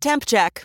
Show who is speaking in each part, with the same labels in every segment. Speaker 1: Temp check.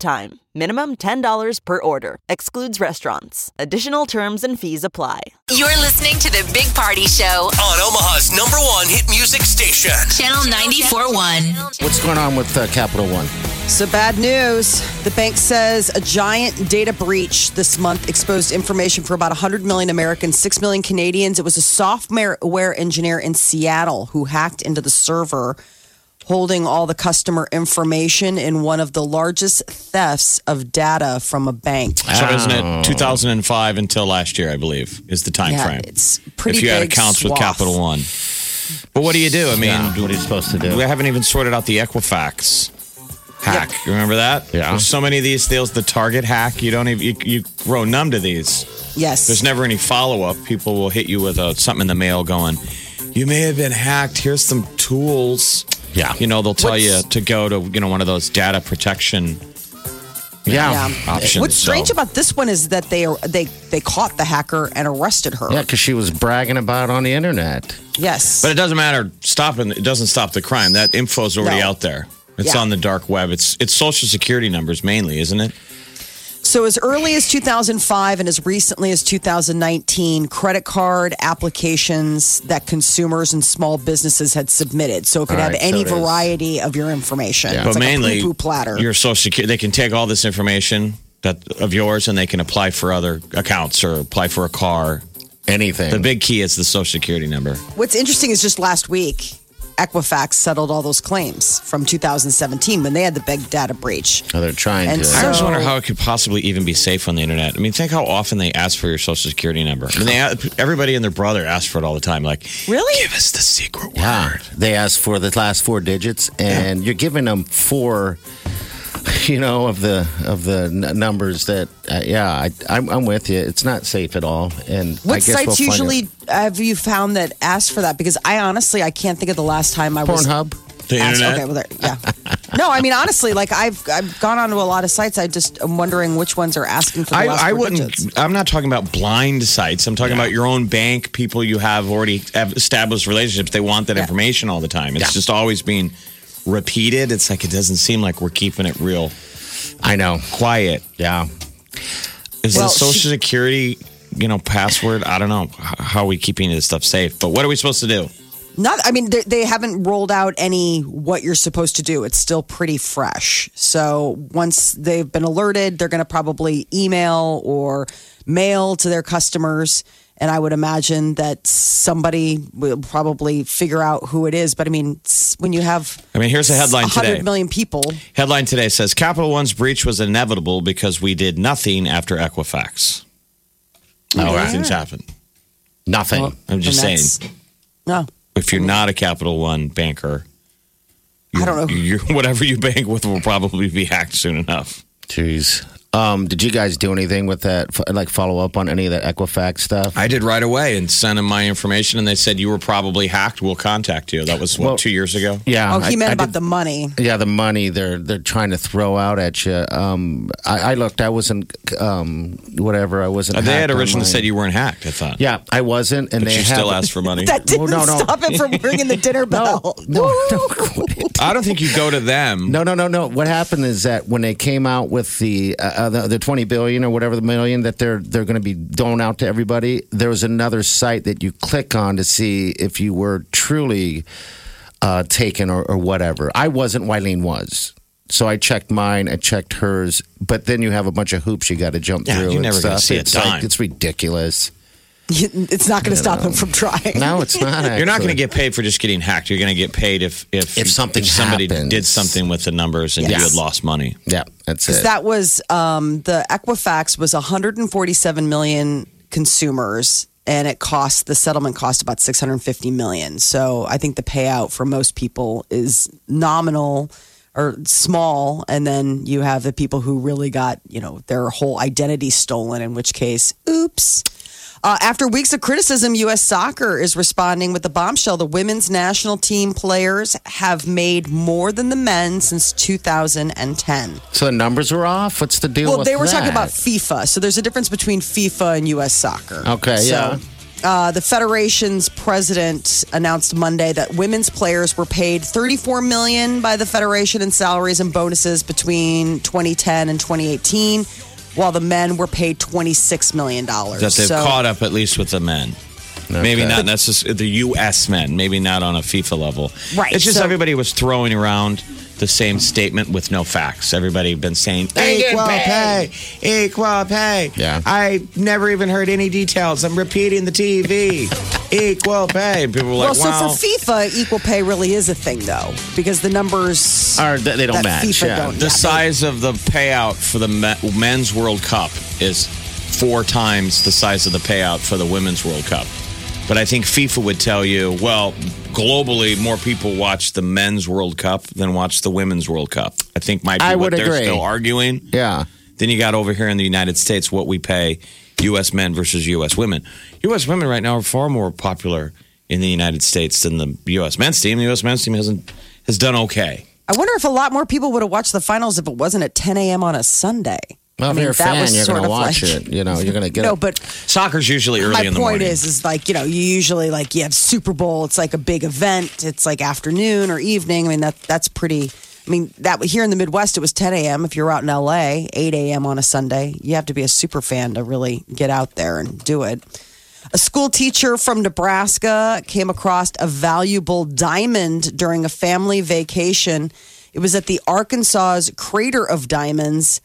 Speaker 1: time. Minimum $10 per order. Excludes restaurants. Additional terms and fees apply.
Speaker 2: You're listening to the Big Party Show,
Speaker 3: on Omaha's number one hit music station.
Speaker 2: Channel 94.1.
Speaker 4: What's going on with uh, Capital One?
Speaker 5: So, bad news. The bank says a giant data breach this month exposed information for about 100 million Americans, 6 million Canadians. It was a software engineer in Seattle who hacked into the server holding all the customer information in one of the largest thefts of data from a bank.
Speaker 6: So isn't it 2005 until last year? I believe is the time
Speaker 5: Yeah,
Speaker 6: frame.
Speaker 5: it's pretty
Speaker 6: If you had
Speaker 5: big
Speaker 6: accounts with
Speaker 5: swath.
Speaker 6: Capital One, but what do you do? I mean,
Speaker 4: what are you supposed to do?
Speaker 6: we haven't even sorted out the Equifax hack. You remember that?
Speaker 4: Yeah.
Speaker 6: There's so many of these deals. The Target hack. You don't even you, you grow numb to these.
Speaker 5: Yes.
Speaker 6: There's never any follow up. People will hit you with a, something in the mail going, "You may have been hacked. Here's some tools."
Speaker 4: Yeah.
Speaker 6: You know, they'll tell you to go to you know one of those data protection
Speaker 4: Yeah.
Speaker 5: Yeah.
Speaker 6: options.
Speaker 5: What's strange
Speaker 6: So-
Speaker 5: about this one is that they are, they they caught the hacker and arrested her.
Speaker 4: Yeah, because she was bragging about on the internet.
Speaker 5: Yes.
Speaker 6: But it doesn't matter. Stopping it doesn't stop the crime. That info's already
Speaker 5: No.
Speaker 6: out there. It's
Speaker 5: Yeah.
Speaker 6: on the dark web. It's it's social security numbers mainly, isn't it?
Speaker 5: So, as early as 2005 and as recently as 2019, credit card applications that consumers and small businesses had submitted. So, it could
Speaker 4: All
Speaker 5: have
Speaker 4: right,
Speaker 5: any
Speaker 4: so it is.
Speaker 5: variety of your information. It's
Speaker 6: but
Speaker 5: like
Speaker 6: mainly
Speaker 5: a poo platter.
Speaker 6: Your social security. They can take all this information that of yours, and they can apply for other accounts or apply for a car.
Speaker 4: Anything.
Speaker 6: The big key is the social security number.
Speaker 5: What's interesting is just last week, Equifax settled all those claims from 2017 when they had the big data breach.
Speaker 4: Oh, they're trying
Speaker 5: And
Speaker 4: to.
Speaker 5: so-
Speaker 6: I always wonder how it could possibly even be safe on the internet. I mean, think how often they ask for your social security number. I mean, they, everybody and their brother asks for it all the time. Like,
Speaker 5: Really?
Speaker 6: give us the secret word.
Speaker 4: yeah. They asked for the last four digits, and you're giving them four. You know of the of the n- numbers that uh, yeah I I'm, I'm with you. It's not safe at all. And I
Speaker 5: What
Speaker 4: guess
Speaker 5: sites
Speaker 4: we'll find
Speaker 5: usually have you found that asked for that? Because I honestly, I can't think of the last time I
Speaker 4: out.
Speaker 5: was.
Speaker 4: Pornhub.
Speaker 6: The
Speaker 5: Ask-
Speaker 6: internet.
Speaker 5: okay, well, there, yeah. No, I mean honestly, like I've I've gone onto a lot of sites. I just am wondering which ones are asking for the last
Speaker 6: I, I
Speaker 5: four
Speaker 6: wouldn't.
Speaker 5: digits.
Speaker 6: I'm not talking about blind sites. I'm talking about your own bank, people you have already have established relationships. They want that information all the time. It's just always being repeated. It's like it doesn't seem like we're keeping it real
Speaker 4: I know.
Speaker 6: quiet.
Speaker 4: Yeah.
Speaker 6: Is
Speaker 5: Well,
Speaker 6: the social
Speaker 5: she-
Speaker 6: security, you know, password? I don't know h- how are we keeping this stuff safe. But what are we supposed to do?
Speaker 5: Not. I mean, they, they haven't rolled out any what you're supposed to do. It's still pretty fresh. So once they've been alerted, they're going to probably email or mail to their customers. And I would imagine that somebody will probably figure out who it is. But I mean, s- when you have
Speaker 6: I mean, here's a headline today.
Speaker 5: 100 million people,
Speaker 6: Headline today says Capital One's breach was inevitable because we did nothing after Equifax. Nothing's happened.
Speaker 4: Nothing.
Speaker 6: I'm just
Speaker 5: and
Speaker 6: saying.
Speaker 5: that's- No.
Speaker 6: if you're not a Capital One banker,
Speaker 5: I don't know.
Speaker 6: you whatever you bank with will probably be hacked soon enough.
Speaker 4: Jeez. Um, did you guys do anything with that? f- Like follow up on any of that Equifax stuff?
Speaker 6: I did right away and sent them my information, and they said you were probably hacked. We'll contact you. That was what
Speaker 4: Well-
Speaker 6: two years ago.
Speaker 4: yeah.
Speaker 5: Oh, he
Speaker 4: I-
Speaker 5: meant
Speaker 4: I
Speaker 5: about
Speaker 4: did-
Speaker 5: the money.
Speaker 4: Yeah, the money they're they're trying to throw out at you. Um, I, I looked. I wasn't. Um, whatever. I wasn't.
Speaker 6: they had
Speaker 4: hacked
Speaker 6: originally
Speaker 4: online.
Speaker 6: said you weren't hacked. I thought.
Speaker 4: Yeah, I wasn't, and
Speaker 6: but
Speaker 4: they
Speaker 6: you
Speaker 4: have,
Speaker 6: still asked for money.
Speaker 5: That didn't
Speaker 4: Well, no, no.
Speaker 5: stop it from ringing the dinner bell.
Speaker 4: No, no, quit.
Speaker 6: I don't think you go to them.
Speaker 4: no, no, no, no. What happened is that when they came out with the uh, uh, the, the twenty billion or whatever the million that they're they're going to be doling out to everybody, there was another site that you click on to see if you were truly uh, taken or, or whatever. I wasn't. Wileen was. So I checked mine, I checked hers, but then you have a bunch of hoops you got to jump
Speaker 6: Yeah,
Speaker 4: through. and
Speaker 6: you're never gonna
Speaker 4: stuff.
Speaker 6: see a
Speaker 4: it's
Speaker 6: dime.
Speaker 4: Like, it's ridiculous.
Speaker 5: It's not going to stop him from trying.
Speaker 4: No, it's not.
Speaker 6: You're not going
Speaker 4: actually.
Speaker 6: to get paid for just getting hacked. You're going to get paid if if,
Speaker 4: If something
Speaker 6: somebody
Speaker 4: happens.
Speaker 6: did something with the numbers and you
Speaker 4: Yes.
Speaker 6: had lost money.
Speaker 4: Yeah, that's it.
Speaker 5: That was um, the Equifax was 147 million consumers, and it cost the settlement cost about 650 million. So I think the payout for most people is nominal. or small, and then you have the people who really got you know their whole identity stolen. In which case, oops. Uh, after weeks of criticism, U.S. soccer is responding with the bombshell. The women's national team players have made more than the men since 2010.
Speaker 4: So the numbers were off. What's the deal?
Speaker 5: Well,
Speaker 4: with
Speaker 5: they were talking
Speaker 4: that?
Speaker 5: about FIFA. So there's a difference between FIFA and U.S. soccer.
Speaker 4: Okay,
Speaker 5: So,
Speaker 4: yeah.
Speaker 5: Uh, the federation's president announced Monday that women's players were paid 34 million by the federation in salaries and bonuses between 2010 and 2018, while the men were paid 26 million dollars.
Speaker 6: that they've
Speaker 5: so,
Speaker 6: caught up at least with the men. Maybe not necessarily the U.S. men. Maybe not on a FIFA level.
Speaker 5: Right,
Speaker 6: It's just
Speaker 5: so-
Speaker 6: everybody was throwing around the same statement with no facts. Everybody been saying equal pay. equal pay.
Speaker 4: Yeah.
Speaker 6: I never even heard any details. I'm repeating the TV. equal pay. People were
Speaker 5: Well,
Speaker 6: like,
Speaker 5: so
Speaker 6: wow.
Speaker 5: for FIFA, equal pay really is a thing, though, because the numbers
Speaker 4: Or th- they don't
Speaker 5: that
Speaker 4: match,
Speaker 5: FIFA
Speaker 4: yeah.
Speaker 5: don't.
Speaker 6: the size of the payout for the me- men's World Cup is four times the size of the payout for the women's World Cup. But I think FIFA would tell you, well, globally, more people watch the men's World Cup than watch the women's World Cup. I think might be
Speaker 4: I
Speaker 6: what
Speaker 4: would
Speaker 6: they're
Speaker 4: agree.
Speaker 6: still arguing.
Speaker 4: Yeah.
Speaker 6: Then you got over here in the United States what we pay U.S. men versus U.S. women. U.S. women right now are far more popular in the United States than the U.S. men's team. The U.S. men's team hasn't has done okay.
Speaker 5: I wonder if a lot more people would have watched the finals if it wasn't at 10 a.m. on a Sunday.
Speaker 4: Well,
Speaker 5: I
Speaker 4: if
Speaker 5: mean,
Speaker 4: you're a
Speaker 5: that
Speaker 4: fan,
Speaker 5: was
Speaker 4: you're
Speaker 5: sort
Speaker 4: going to
Speaker 5: of
Speaker 4: watch
Speaker 5: like-
Speaker 4: it. You know, you're going to get
Speaker 5: No,
Speaker 4: it.
Speaker 5: but
Speaker 6: Soccer's usually early
Speaker 5: my
Speaker 6: in the
Speaker 5: point
Speaker 6: morning.
Speaker 5: is, is like you know, you usually like you have Super Bowl. It's like a big event. It's like afternoon or evening. I mean, that that's pretty. I mean, that here in the Midwest, it was 10 a.m. If you're out in L.A., 8 a.m. on a Sunday, you have to be a super fan to really get out there and do it. A school teacher from Nebraska came across a valuable diamond during a family vacation. It was at the Arkansas's Crater of Diamonds,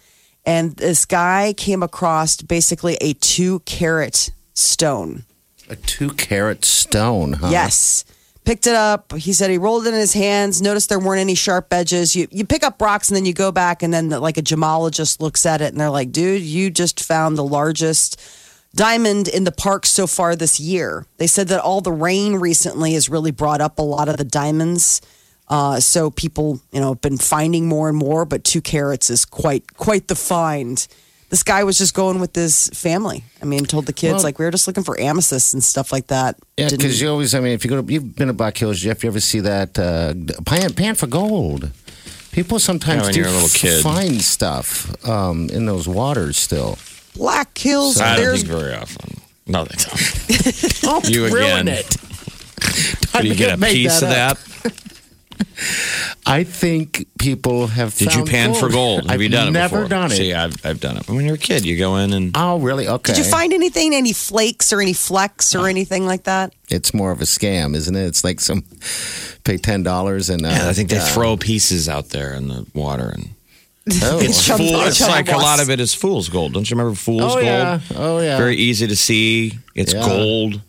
Speaker 5: and this guy came across basically a two carat stone.
Speaker 4: a two carat stone, huh?
Speaker 5: Yes. Picked it up. He said he rolled it in his hands, noticed there weren't any sharp edges. You you pick up rocks and then you go back and then like a gemologist looks at it and they're like, "Dude, you just found the largest diamond in the park so far this year." They said that all the rain recently has really brought up a lot of the diamonds. Uh, so people, you know, have been finding more and more, but two carats is quite quite the find. This guy was just going with his family. I mean, told the kids
Speaker 4: Well-
Speaker 5: like we were just looking for amethysts and stuff like that.
Speaker 4: Yeah,
Speaker 5: Didn't-
Speaker 4: because you always, I mean, if you go to, you've been to Black Hills, Jeff, you ever see that uh, pan, pan for gold? People sometimes
Speaker 6: Yeah, when
Speaker 4: do
Speaker 6: you're a little
Speaker 4: f-
Speaker 6: kid.
Speaker 4: find stuff um, in those waters still.
Speaker 5: Black Hills.
Speaker 6: I don't
Speaker 5: There's
Speaker 6: think very often. No, they don't.
Speaker 4: Oh,
Speaker 6: You again. Do you get a piece of that?
Speaker 4: I think people have.
Speaker 6: Did you
Speaker 4: found
Speaker 6: pan for gold? Have
Speaker 4: I've
Speaker 6: you done it
Speaker 4: Never
Speaker 6: before?
Speaker 4: done it.
Speaker 6: See, I've, I've done it. When you're a kid, you go in and
Speaker 4: oh, really? Okay.
Speaker 5: Did you find anything? Any flakes or any flecks or anything like that?
Speaker 4: it's more of a scam, isn't it? It's like some pay ten dollars and uh,
Speaker 6: I think they
Speaker 4: uh,
Speaker 6: throw pieces out there in the water and
Speaker 4: oh.
Speaker 6: it's
Speaker 5: Chum-
Speaker 6: fool. It's
Speaker 5: chum
Speaker 6: like a
Speaker 5: was.
Speaker 6: lot of it is fool's gold. Don't you remember fool's
Speaker 4: Oh,
Speaker 6: gold?
Speaker 4: yeah. Oh, yeah.
Speaker 6: Very easy to see. It's
Speaker 4: Yeah.
Speaker 6: gold.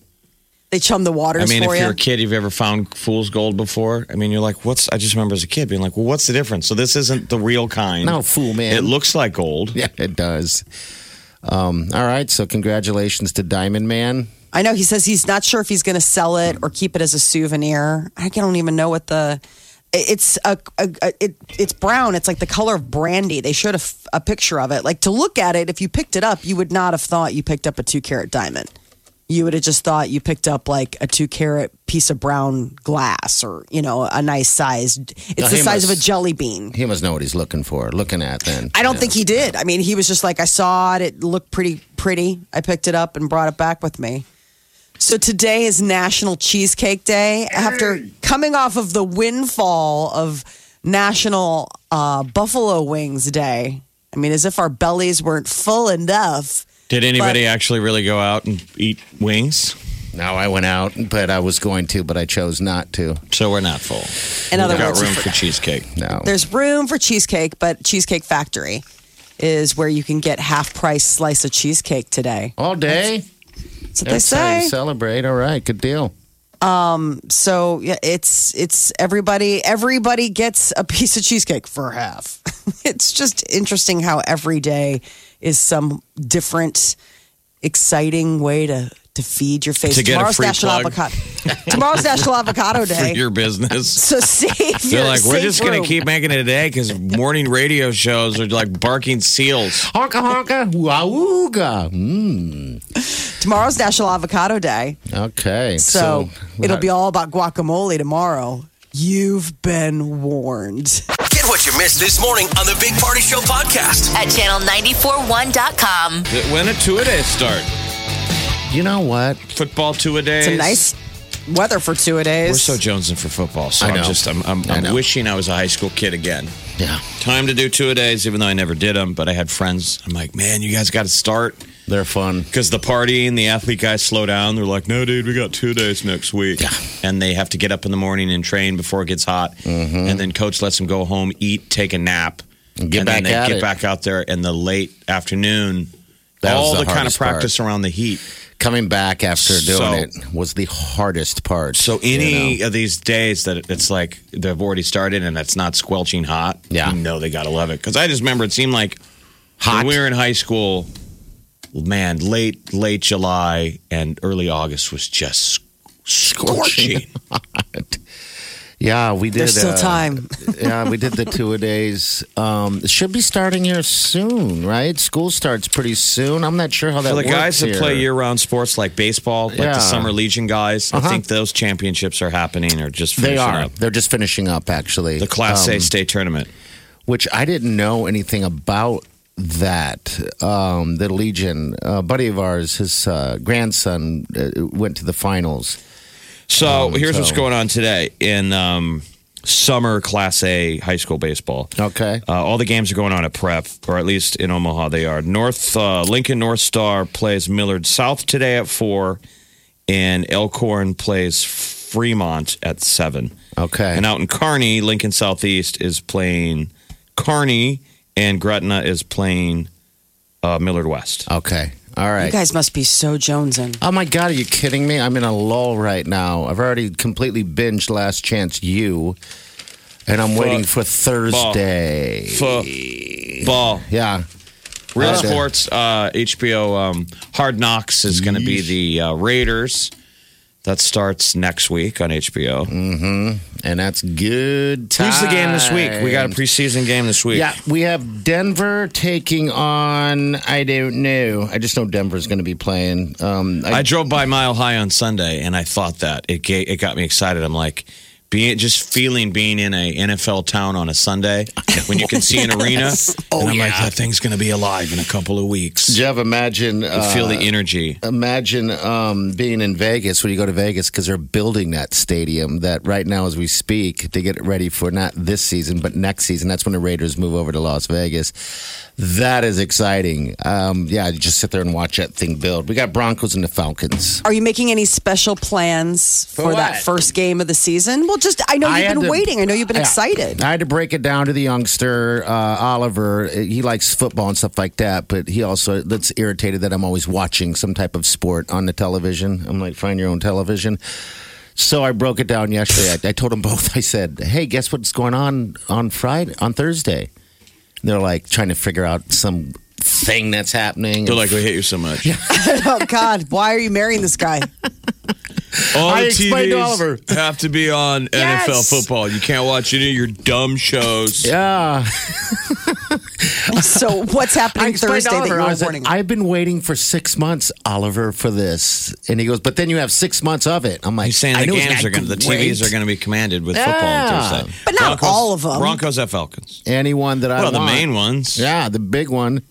Speaker 5: They chum the waters
Speaker 6: I mean,
Speaker 5: for
Speaker 6: if you're
Speaker 5: you.
Speaker 6: a kid, you've ever found fool's gold before. I mean, you're like, what's? I just remember as a kid being like, well, what's the difference? So this isn't the real kind.
Speaker 4: No, fool, man.
Speaker 6: It looks like gold.
Speaker 4: Yeah, it does. Um, all right, so congratulations to Diamond Man.
Speaker 5: I know he says he's not sure if he's going to sell it or keep it as a souvenir. I don't even know what the. it- It's a, a, a it, it's brown. It's like the color of brandy. They showed a, f- a picture of it. Like to look at it, if you picked it up, you would not have thought you picked up a two carat diamond. You would have just thought you picked up like a two carat piece of brown glass or you know a nice size. It's
Speaker 4: Now,
Speaker 5: the
Speaker 4: he
Speaker 5: size of a
Speaker 4: must-
Speaker 5: jelly bean.
Speaker 4: He must know what he's looking for, looking at then.
Speaker 5: I don't think he did. I mean, he was just like, I saw it. It looked pretty, pretty. I picked it up and brought it back with me. So today is National Cheesecake Day. After coming off of the windfall of National uh, Buffalo Wings Day, I mean, as if our bellies weren't full enough.
Speaker 6: Did anybody actually really go out and eat wings?
Speaker 4: No, I went out, but I was going to, but I chose not to.
Speaker 6: So we're not full.
Speaker 5: In other
Speaker 6: We've got
Speaker 5: words,
Speaker 6: room for cheesecake.
Speaker 4: No.
Speaker 5: There's room for cheesecake, but Cheesecake Factory is where you can get half price slice of cheesecake today.
Speaker 4: All day?
Speaker 5: That's what
Speaker 4: That's
Speaker 5: they
Speaker 4: how
Speaker 5: say.
Speaker 4: you celebrate. All right, good deal.
Speaker 5: So yeah, it's it's everybody everybody gets a piece of cheesecake for half. it's just interesting how every day is some different exciting way to to feed your face.
Speaker 6: To get a
Speaker 5: Tomorrow's
Speaker 6: free
Speaker 5: National
Speaker 6: plug.
Speaker 5: Avocado. Tomorrow's National Avocado Day.
Speaker 6: for your business.
Speaker 5: so save.
Speaker 6: They're
Speaker 5: your
Speaker 6: like, we're
Speaker 5: safe
Speaker 6: just going
Speaker 5: room."
Speaker 6: to keep making it today because morning radio shows are like barking seals.
Speaker 4: Honka honka, wauga. Mm.
Speaker 5: Tomorrow's National Avocado Day.
Speaker 4: Okay. uh,
Speaker 5: So, it'll be all about guacamole tomorrow. You've been warned.
Speaker 3: Get what you missed this morning on the Big Party Show podcast.
Speaker 2: At channel941.com.
Speaker 6: When a two a day start?
Speaker 4: You know what?
Speaker 6: Football two a day.
Speaker 5: It's a nice weather for two a days.
Speaker 6: We're so jonesing for football. So
Speaker 4: I
Speaker 6: I'm
Speaker 4: know.
Speaker 6: just, I'm, I'm,
Speaker 4: I
Speaker 6: I'm
Speaker 4: know.
Speaker 6: wishing I was a high school kid again.
Speaker 4: Yeah.
Speaker 6: Time to do two a days, even though I never did them. But I had friends. I'm like, man, you guys got to start
Speaker 4: They're fun.
Speaker 6: because the partying, the athlete guys slow down. They're like, no, dude, we got two days next week, and they have to get up in the morning and train before it gets hot, and then coach lets them go home, eat, take a nap, and,
Speaker 4: Mm-hmm. get
Speaker 6: then
Speaker 4: back
Speaker 6: they
Speaker 4: at
Speaker 6: get
Speaker 4: it.
Speaker 6: back out there in the late afternoon.
Speaker 4: That was
Speaker 6: all
Speaker 4: the
Speaker 6: the, kind of
Speaker 4: hardest part.
Speaker 6: practice around the heat.
Speaker 4: Coming back after doing
Speaker 6: So-
Speaker 4: it was the hardest part.
Speaker 6: So
Speaker 4: you
Speaker 6: any
Speaker 4: know?
Speaker 6: of these days that it's like they've already started and it's not squelching hot,
Speaker 4: Yeah.
Speaker 6: you know they gotta love it. Because I just remember it seemed like
Speaker 4: hot.
Speaker 6: when we were in high school, man, late late July and early August was just scorching.
Speaker 4: Yeah, we did.
Speaker 5: There's still
Speaker 4: uh,
Speaker 5: time.
Speaker 4: yeah, we did the two a days. Um, it should be starting here soon, right? School starts pretty soon. I'm not sure how that
Speaker 6: For the
Speaker 4: works
Speaker 6: guys that
Speaker 4: here.
Speaker 6: play year round sports like baseball, like
Speaker 4: Yeah.
Speaker 6: the summer legion guys, I
Speaker 4: Uh-huh.
Speaker 6: think those championships are happening or just
Speaker 4: They
Speaker 6: finishing
Speaker 4: are.
Speaker 6: up.
Speaker 4: They're just finishing up, actually.
Speaker 6: The Class A
Speaker 4: Um,
Speaker 6: state tournament.
Speaker 4: which I didn't know anything about that. Um, the Legion, a buddy of ours, his uh, grandson uh, went to the finals.
Speaker 6: So here's what's
Speaker 4: um, so-
Speaker 6: going on today in um, summer Class A high school baseball.
Speaker 4: Okay.
Speaker 6: Uh, all the games are going on at prep, or at least in Omaha they are. North uh, Lincoln North Star plays Millard South today at four, and Elkhorn plays Fremont at seven.
Speaker 4: Okay.
Speaker 6: And out in Kearney, Lincoln Southeast is playing Kearney, and Gretna is playing uh, Millard West.
Speaker 4: okay. All
Speaker 5: You
Speaker 4: right.
Speaker 5: guys must be so jonesing.
Speaker 4: Oh my God, are you kidding me? I'm in a lull right now. I've already completely binged Last Chance You, and I'm waiting for Thursday.
Speaker 6: Ball.
Speaker 4: Yeah.
Speaker 6: Real
Speaker 4: Okay.
Speaker 6: sports, uh, HBO um, Hard Knocks is going to be the uh, Raiders. That starts next week on HBO.
Speaker 4: And that's good time.
Speaker 6: Who's the game this week? We got a preseason game this week.
Speaker 4: Yeah, we have Denver taking on. I don't know. I just know Denver's going to be playing. Um,
Speaker 6: I drove by Mile High on Sunday, and I thought that it ga- it got me excited. I'm like, being just feeling being in a NFL town on a Sunday when you can see an arena. Oh and I'm like, that thing's going to be alive in a couple of weeks.
Speaker 4: Jeff, imagine
Speaker 6: You
Speaker 4: uh,
Speaker 6: feel the energy.
Speaker 4: imagine um, being in Vegas when you go to Vegas because they're building that stadium that right now as we speak to get it ready for not this season but next season. That's when the Raiders move over to Las Vegas. That is exciting. Um, yeah, you just sit there and watch that thing build. We got Broncos and the Falcons.
Speaker 5: Are you making any special plans for,
Speaker 4: For
Speaker 5: that
Speaker 4: what?
Speaker 5: first game of the season? Well, just I know
Speaker 4: I
Speaker 5: you've
Speaker 4: had
Speaker 5: been
Speaker 4: to-
Speaker 5: waiting. I know you've been
Speaker 4: Yeah.
Speaker 5: excited.
Speaker 4: I had to break it down to the youngster uh, Oliver. He likes football and stuff like that, but he also that's irritated that I'm always watching some type of sport on the television. I'm like, find your own television. So I broke it down yesterday. I, I told them both. I said, "Hey, guess what's going on on Friday on Thursday?" And they're like trying to figure out some thing that's happening.
Speaker 6: They're like, we hate you so much.
Speaker 5: oh God, why are you marrying this guy?
Speaker 6: All
Speaker 4: I
Speaker 6: the
Speaker 4: explained to Oliver.
Speaker 6: have to be on NFL football. You can't watch any of your dumb shows.
Speaker 4: "Yeah."
Speaker 5: So what's
Speaker 4: I
Speaker 5: happening
Speaker 4: explained
Speaker 5: Thursday
Speaker 4: to
Speaker 5: that
Speaker 4: Oliver,
Speaker 5: you
Speaker 4: I
Speaker 5: were
Speaker 4: was like,
Speaker 5: warning?
Speaker 4: I've been waiting for six months, Oliver, for this, and he goes, "But then you have six months of it." I'm like,
Speaker 6: He's saying
Speaker 4: I
Speaker 6: the
Speaker 4: knew it was
Speaker 6: games
Speaker 4: not
Speaker 6: are going to, the TVs
Speaker 4: great."
Speaker 6: are going to be commanded with football on
Speaker 4: Yeah.
Speaker 6: Thursday.
Speaker 5: But not all of 'em.
Speaker 6: Broncos at Falcons.
Speaker 4: anyone that I
Speaker 6: Well, the
Speaker 4: want.
Speaker 6: main ones.
Speaker 4: Yeah, the big one,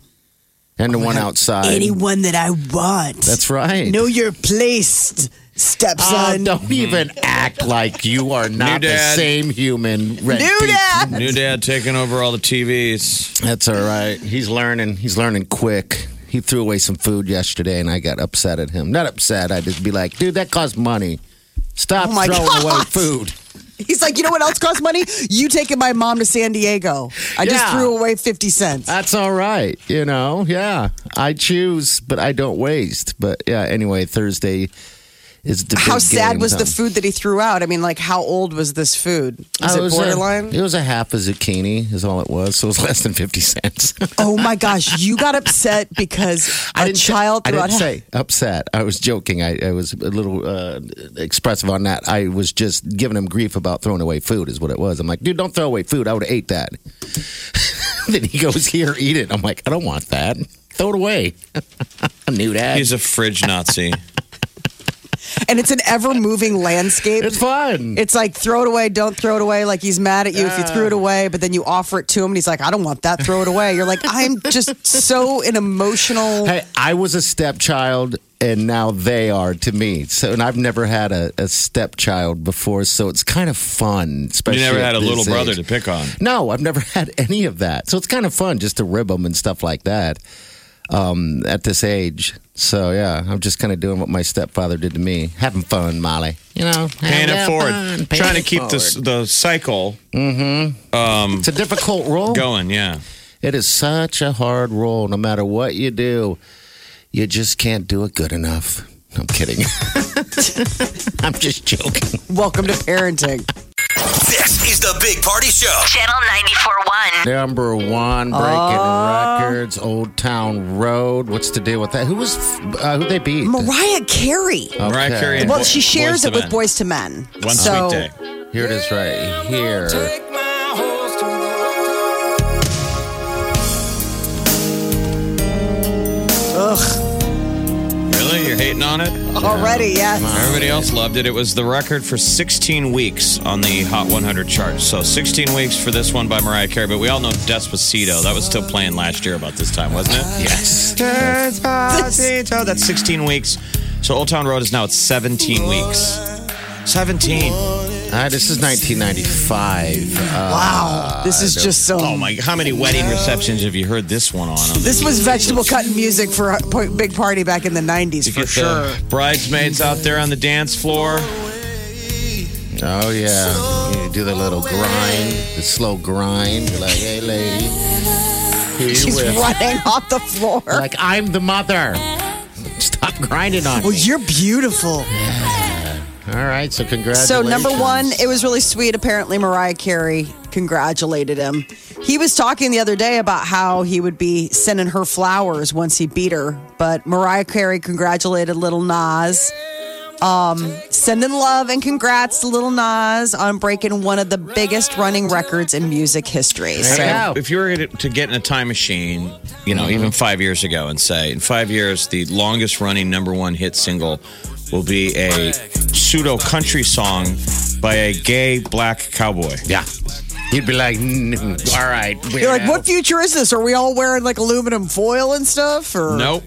Speaker 4: and
Speaker 5: Oh
Speaker 4: the one outside. Oh,
Speaker 5: Anyone that I want.
Speaker 4: That's right.
Speaker 5: Know your place,
Speaker 4: Uh,
Speaker 5: stepson.
Speaker 4: don't even act like you are not
Speaker 6: Mm-hmm. New
Speaker 4: the
Speaker 6: dad.
Speaker 4: same human. Red
Speaker 5: New
Speaker 4: Pete.
Speaker 5: dad.
Speaker 6: New dad taking over all the TVs.
Speaker 4: That's all right. He's learning. He's learning quick. He threw away some food yesterday, and I got upset at him. Not upset. I just be like, dude, that costs money. Stop
Speaker 5: Oh my
Speaker 4: throwing away
Speaker 5: God.
Speaker 4: food.
Speaker 5: He's like, you know what else costs money? You taking my mom to San Diego. I just
Speaker 4: Yeah.
Speaker 5: threw away fifty cents.
Speaker 4: That's all right. You know, yeah. I choose, but I don't waste. But yeah, anyway, Thursday is the
Speaker 5: How
Speaker 4: big
Speaker 5: sad
Speaker 4: game,
Speaker 5: was
Speaker 4: though.
Speaker 5: the food that he threw out? I mean, like, how old was this food? Was
Speaker 4: Uh,
Speaker 5: it
Speaker 4: a-
Speaker 5: borderline?
Speaker 4: it was a half a zucchini, is all it was. So it was less than fifty cents.
Speaker 5: oh my gosh, you got upset because a
Speaker 4: say-
Speaker 5: child
Speaker 4: I
Speaker 5: threw out
Speaker 4: didn't say upset. I was joking. I, I was a little uh, expressive on that. I was just giving him grief about throwing away food, is what it was. I'm like, dude, don't throw away food. I would have ate that. then he goes, here, eat it. I'm like, I don't want that. Throw it away. I knew that.
Speaker 6: He's a fridge Nazi.
Speaker 5: and it's an ever moving landscape.
Speaker 4: it's fun.
Speaker 5: It's like throw it away, don't throw it away. Like he's mad at you if you threw it away, but then you offer it to him and he's like, I don't want that, throw it away. You're like, I'm just so an emotional.
Speaker 4: hey, I was a stepchild, and now they are to me. So, and I've never had a, a stepchild before, so it's kind of fun.
Speaker 6: You
Speaker 4: Especially
Speaker 6: never
Speaker 4: at
Speaker 6: had a
Speaker 4: this
Speaker 6: little brother
Speaker 4: age.
Speaker 6: to pick on.
Speaker 4: No, I've never had any of that. So it's kind of fun just to rib them and stuff like that um, at this age. So yeah, I'm just kind of doing what my stepfather did to me, having fun, Molly. You know,
Speaker 6: Paying
Speaker 4: having
Speaker 6: it forward.
Speaker 4: fun, paying
Speaker 6: Trying to
Speaker 4: it
Speaker 6: keep this
Speaker 4: forward.
Speaker 6: the cycle
Speaker 4: It's a difficult role.
Speaker 6: going, yeah.
Speaker 4: It is such a hard role. No matter what you do, you just can't do it good enough. I'm kidding. I'm just joking.
Speaker 5: Welcome to parenting.
Speaker 3: This is the Big Party Show.
Speaker 2: Channel 94.1.
Speaker 4: Number one, breaking
Speaker 5: Oh.
Speaker 4: records, Old Town Road. What's the deal with that? Who was uh, who they beat?
Speaker 5: Mariah Carey.
Speaker 6: Mariah
Speaker 4: Okay.
Speaker 6: Carey and
Speaker 5: Well,
Speaker 6: Bo-
Speaker 5: she shares
Speaker 6: Boyz II
Speaker 5: it with
Speaker 6: Men.
Speaker 5: Boys to Men.
Speaker 6: One
Speaker 5: so
Speaker 6: sweet day.
Speaker 4: Here it is right here.
Speaker 6: Really? You're hating on it?
Speaker 5: already, yes.
Speaker 6: Everybody else loved it. It was the record for 16 weeks on the Hot 100 chart. So 16 weeks for this one by Mariah Carey. But we all know Despacito. That was still playing last year about this time, wasn't it? Yes. Despacito. That's 16 weeks. So Old Town Road is now at 17 weeks. 17.
Speaker 4: Uh, this is 1995. Uh,
Speaker 5: Wow. This is just so.
Speaker 6: Oh my! How many wedding receptions have you heard this one on?
Speaker 5: This was vegetable cutting music for a po- big party back in the 90s, for
Speaker 6: Get
Speaker 5: sure.
Speaker 6: the bridesmaids out there on the dance floor.
Speaker 4: oh yeah, you do the little grind, the slow grind. You're like, hey lady, here you
Speaker 5: She's
Speaker 4: will."
Speaker 5: running off the floor.
Speaker 4: Like I'm the mother. Stop grinding on
Speaker 5: well,
Speaker 4: me.
Speaker 5: you're beautiful.
Speaker 4: All right, so congratulations.
Speaker 5: So number one, it was really sweet. Apparently, Mariah Carey congratulated him. He was talking the other day about how he would be sending her flowers once he beat her, but Mariah Carey congratulated Little Nas. Um, sending love and congrats to Little Nas on breaking one of the biggest running records in music history.
Speaker 4: There you go.
Speaker 6: If you were to to get in a time machine, you know, even five years ago, and say in five years the longest running number one hit single will be a pseudo country song by a gay black cowboy.
Speaker 4: Yeah. You'd be like, "Mm, all right.
Speaker 5: You're like, what future is this? Are we all wearing like aluminum foil and stuff? Or
Speaker 6: Nope.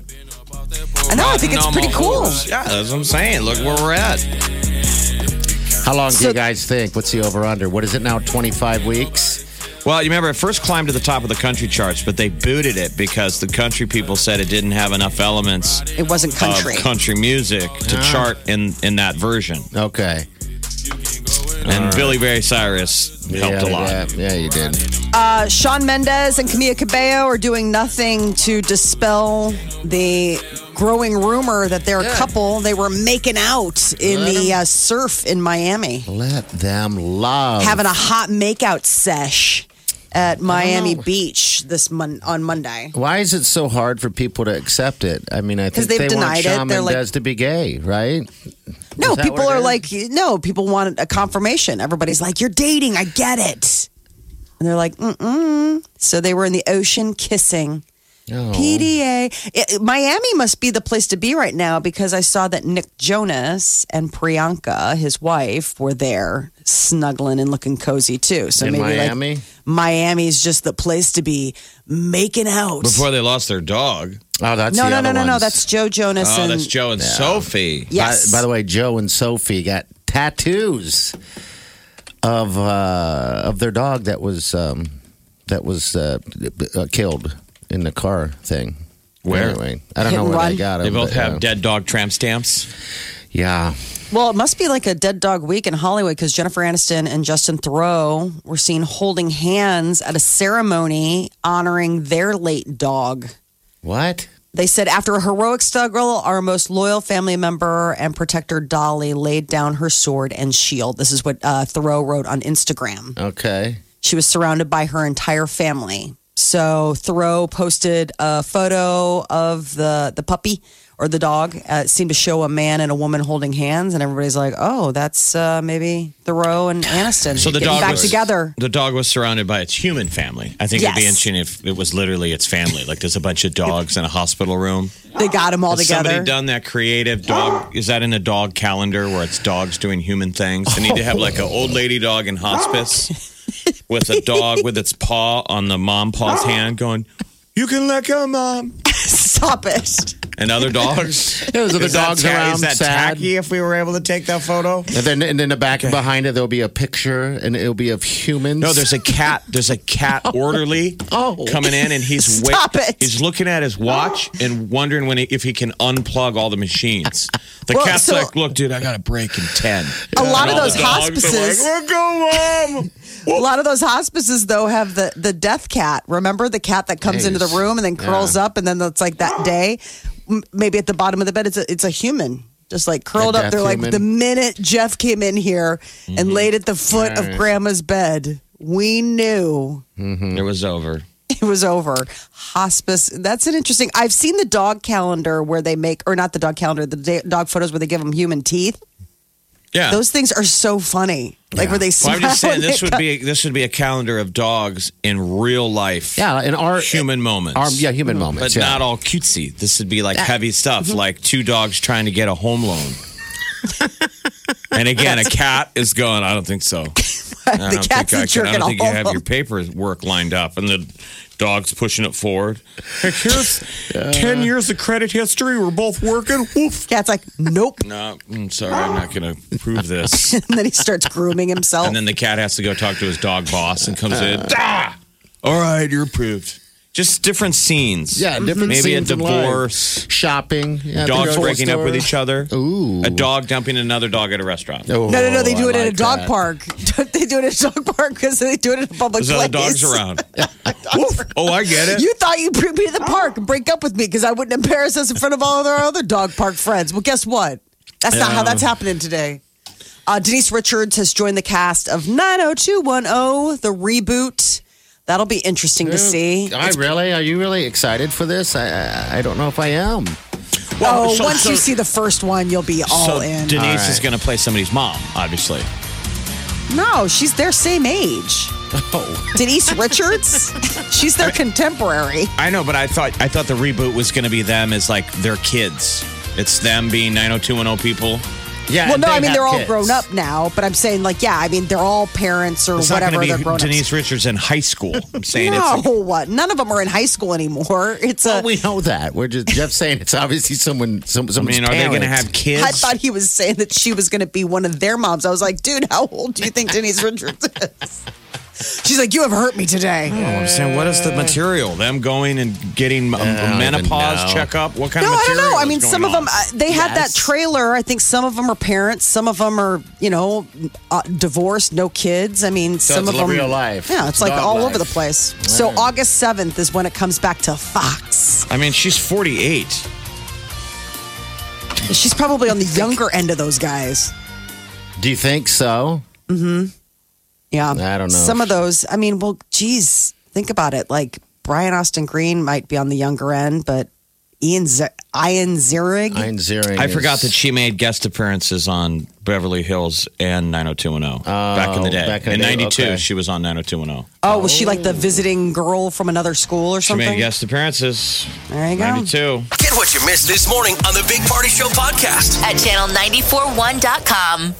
Speaker 5: I know. I think it's
Speaker 6: Nothing on
Speaker 5: pretty
Speaker 6: my
Speaker 5: cool.
Speaker 6: horse. Yeah, that's what I'm saying. Look where we're at.
Speaker 4: How long do
Speaker 5: So-
Speaker 4: you guys think? What's the over under? What is it now? 25 weeks?
Speaker 6: Well, you remember it first climbed to the top of the country charts, but they booted it because the country people said it didn't have enough elements
Speaker 5: It wasn't country.
Speaker 6: of country music to
Speaker 4: Ah.
Speaker 6: chart in in that version.
Speaker 4: Okay.
Speaker 6: And Billy Ray Cyrus helped a
Speaker 4: Yeah,
Speaker 6: lot.
Speaker 4: Yeah, yeah, you did.
Speaker 5: Sean Mendez and Camila Cabello are doing nothing to dispel the growing rumor that they're a couple. They were making out in the uh, surf in Miami,
Speaker 4: Let them love.
Speaker 5: having a hot makeout sesh at Miami Beach this mon- on Monday.
Speaker 4: Why is it so hard for people to accept it? I mean, I
Speaker 5: 'Cause
Speaker 4: think
Speaker 5: they've
Speaker 4: they want
Speaker 5: denied it.
Speaker 4: Shawn
Speaker 5: They're like-
Speaker 4: Mendes to be gay, right?
Speaker 5: No,
Speaker 4: Is that
Speaker 5: people
Speaker 4: what it
Speaker 5: are
Speaker 4: is?
Speaker 5: like, no, people want a confirmation. Everybody's like, you're dating. I get it. And they're like, mm-mm. So they were in the ocean kissing.
Speaker 4: No.
Speaker 5: PDA. It- Miami must be the place to be right now because I saw that Nick Jonas and Priyanka, his wife, were there snuggling and looking cozy too. So
Speaker 4: In
Speaker 5: maybe
Speaker 4: Miami?
Speaker 5: like Miami's just the place to be making out.
Speaker 6: Before they lost their dog.
Speaker 4: Oh, that's
Speaker 5: no,
Speaker 4: the
Speaker 5: no, no,
Speaker 4: other
Speaker 5: no, no.
Speaker 4: ones.
Speaker 5: That's Joe Jonas
Speaker 6: Oh,
Speaker 5: and
Speaker 6: that's Joe and Sophie.
Speaker 4: By-
Speaker 5: yes.
Speaker 4: By, the way, Joe and Sophie got tattoos of uh, of their dog that was um, that was uh, uh, killed in the car thing.
Speaker 6: Where?
Speaker 4: Anyway, I don't
Speaker 5: Hit
Speaker 4: know
Speaker 5: and
Speaker 4: where
Speaker 5: run?
Speaker 4: they got it.
Speaker 6: They both
Speaker 4: but,
Speaker 6: have
Speaker 4: uh,
Speaker 6: dead dog tramp stamps.
Speaker 4: Yeah.
Speaker 5: Well, it must be like a dead dog week in Hollywood because Jennifer Aniston and Justin Thoreau were seen holding hands at a ceremony honoring their late dog.
Speaker 4: What?
Speaker 5: They said after a heroic struggle, our most loyal family member and protector Dolly laid down her sword and shield. This is what uh, Thoreau wrote on Instagram.
Speaker 4: Okay.
Speaker 5: She was surrounded by her entire family. So Thoreau posted a photo of the the puppy or the dog. Uh, it seemed to show a man and a woman holding hands, and everybody's like, "Oh, that's uh, maybe Thoreau and Aniston."
Speaker 6: So the
Speaker 5: getting
Speaker 6: dog
Speaker 5: back
Speaker 6: was
Speaker 5: together.
Speaker 6: The dog was surrounded by its human family. I think it'd be
Speaker 5: Yes.
Speaker 6: interesting if it was literally its family. Like there's a bunch of dogs in a hospital room.
Speaker 5: They got them all
Speaker 6: Has
Speaker 5: together.
Speaker 6: somebody done that creative dog? Is that in a dog calendar where it's dogs doing human things? They need to have like an old lady dog in hospice with a dog with its paw on the mom paw's hand going, You can let go, mom.
Speaker 5: Stop it.
Speaker 6: And other dogs.
Speaker 4: Those are the
Speaker 6: Is that
Speaker 4: dogs
Speaker 6: ta-
Speaker 4: around.
Speaker 6: Is that
Speaker 4: sad.
Speaker 6: tacky if we were able to take that photo?
Speaker 4: And then and in the back behind it, there'll be a picture, and it'll be of humans.
Speaker 6: No, there's a cat. There's a cat orderly
Speaker 4: Oh.
Speaker 6: coming in, and he's wait-
Speaker 5: Stop it.
Speaker 6: He's looking at his watch and wondering when he, if he can unplug all the machines. The
Speaker 5: Well,
Speaker 6: cat's
Speaker 5: so-
Speaker 6: like, "Look, dude, I got a break in 10.
Speaker 5: A lot of
Speaker 6: all
Speaker 5: those
Speaker 6: the dogs are
Speaker 5: hospices.
Speaker 6: like,
Speaker 5: A lot of those hospices though have the the death cat. Remember the cat that comes into the room and then curls up, and then it's like that day. M- Maybe at the bottom of the bed, it's a, it's a human. Just like curled
Speaker 4: A
Speaker 5: up, they're like
Speaker 4: death human.
Speaker 5: the minute Jeff came in here and laid at the foot of Grandma's bed, we knew
Speaker 6: It was over.
Speaker 5: it was over. Hospice. That's an interesting. I've seen the dog calendar where they make, or not the dog calendar, the da- dog photos where they give them human teeth.
Speaker 6: Yeah.
Speaker 5: Those things are so funny. Like where they.
Speaker 6: well, I'm just
Speaker 5: smile
Speaker 6: saying
Speaker 5: and
Speaker 6: this
Speaker 5: they
Speaker 6: would be this would be a calendar of dogs in real life.
Speaker 4: yeah, in our
Speaker 6: Human moments.
Speaker 4: our- yeah, human moments.
Speaker 6: But
Speaker 4: yeah.
Speaker 6: not all cutesy. This would be like heavy stuff, like two dogs trying to get a home loan. and again, a cat is going, I don't think so. I
Speaker 5: The
Speaker 6: don't
Speaker 5: cat's
Speaker 6: think
Speaker 5: a
Speaker 6: I can.
Speaker 5: jerk
Speaker 6: I
Speaker 5: at
Speaker 6: don't think you
Speaker 5: all.
Speaker 6: have your paperwork lined up. And the dog's pushing it forward. Hey, here's 10 years of credit history. We're both working. Woof.
Speaker 5: Cat's like, nope.
Speaker 6: No, I'm sorry. I'm not going to prove this.
Speaker 5: and then he starts grooming himself.
Speaker 6: And then the cat has to go talk to his dog boss and comes in.
Speaker 4: Uh.
Speaker 6: Ah! All right, you're approved. Just different scenes.
Speaker 5: Mm-hmm.
Speaker 4: yeah, different
Speaker 6: Maybe a
Speaker 4: scenes in life.
Speaker 6: divorce.
Speaker 4: shopping, yeah, the
Speaker 6: Dogs
Speaker 4: grocery
Speaker 6: breaking up
Speaker 4: store.
Speaker 6: with each other.
Speaker 4: Ooh.
Speaker 6: A dog dumping another dog at a restaurant.
Speaker 4: Oh,
Speaker 5: no, no, no. They do
Speaker 4: I
Speaker 5: it at a
Speaker 4: like
Speaker 5: dog
Speaker 4: that.
Speaker 5: park. they do it at a dog park because they do it at a public
Speaker 6: There's
Speaker 5: place.
Speaker 6: other dogs around. Woof. Oh, I get it.
Speaker 5: You thought you'd bring me to the park and break up with me because I wouldn't embarrass us in front of all of our other dog park friends. Well, guess what? That's not how that's happening today. Uh, Denise Richards has joined the cast of 90210, oh, the reboot. That'll be interesting to see.
Speaker 4: I really? Are you really excited for this? I I, I don't know if I am.
Speaker 5: Oh,
Speaker 6: so-
Speaker 5: once
Speaker 6: so-
Speaker 5: you see the first one, you'll be all
Speaker 6: so
Speaker 5: in.
Speaker 6: Denise
Speaker 4: All
Speaker 6: is
Speaker 4: right.
Speaker 6: going to play somebody's mom, obviously.
Speaker 5: No, she's their same age. Oh. Denise Richards? she's their contemporary.
Speaker 6: I know, but I thought I thought the reboot was going to be them as like their kids. It's them being 90210 people.
Speaker 4: Yeah.
Speaker 5: Well,
Speaker 4: and
Speaker 5: no,
Speaker 4: they
Speaker 5: I mean,
Speaker 4: have
Speaker 5: they're all
Speaker 4: kids. Oh,
Speaker 5: grown up now, but I'm saying, like, yeah, I mean, they're all parents or
Speaker 6: It's
Speaker 5: whatever
Speaker 6: not
Speaker 5: they're
Speaker 6: going to
Speaker 5: grown
Speaker 6: be Denise Richards in high school. I'm saying
Speaker 5: up.
Speaker 6: it's
Speaker 5: No, what? None of them are in high school anymore. It's a.
Speaker 4: Well, we know that. We're just Jeff saying it's obviously someone. Some,
Speaker 6: I
Speaker 4: someone's
Speaker 6: mean, are they going to
Speaker 4: parent.
Speaker 6: have kids?
Speaker 5: I thought he was saying that she was going to be one of their moms. I was like, dude, how old do you think Denise Richards is? She's like, you have hurt me today.
Speaker 6: Oh, I'm saying, what is the material? Them going and getting a- a,
Speaker 4: don't even
Speaker 6: menopause
Speaker 4: know.
Speaker 6: checkup? What kind
Speaker 5: No,
Speaker 6: of
Speaker 5: I don't
Speaker 6: material?
Speaker 5: know. I
Speaker 6: is
Speaker 5: mean,
Speaker 6: going
Speaker 5: some of
Speaker 6: on?
Speaker 5: them, uh, they had that
Speaker 4: Yes.
Speaker 5: trailer. I think some of them are parents. Some of them are, you know, uh, divorced, no kids. I mean, some
Speaker 4: it's
Speaker 5: of them.
Speaker 4: real life.
Speaker 5: Yeah, it's
Speaker 4: It's
Speaker 5: like
Speaker 4: dog
Speaker 5: all
Speaker 4: life.
Speaker 5: over the place. So August 7th is when it comes back to Fox.
Speaker 6: I mean, she's 48.
Speaker 5: She's probably on the younger end of those guys.
Speaker 4: Do you think so?
Speaker 5: Yeah.
Speaker 4: I don't know.
Speaker 5: Some of those, I mean, well, geez, think about it. Like Brian Austin Green might be on the younger end, but Ian, Z- Ian Zirig.
Speaker 4: Ein Ziering
Speaker 6: I
Speaker 4: is-
Speaker 6: forgot that she made guest appearances on Beverly Hills and 90210 back in the day.
Speaker 4: Oh, back in the day,
Speaker 6: '92,
Speaker 4: okay.
Speaker 6: she was on 90210.
Speaker 5: oh, was she like the visiting girl from another school or
Speaker 6: She
Speaker 5: something?
Speaker 6: made guest appearances.
Speaker 5: There you go.
Speaker 6: 92.
Speaker 3: Get what you missed this morning on the Big Party Show podcast.
Speaker 2: at channel941.com.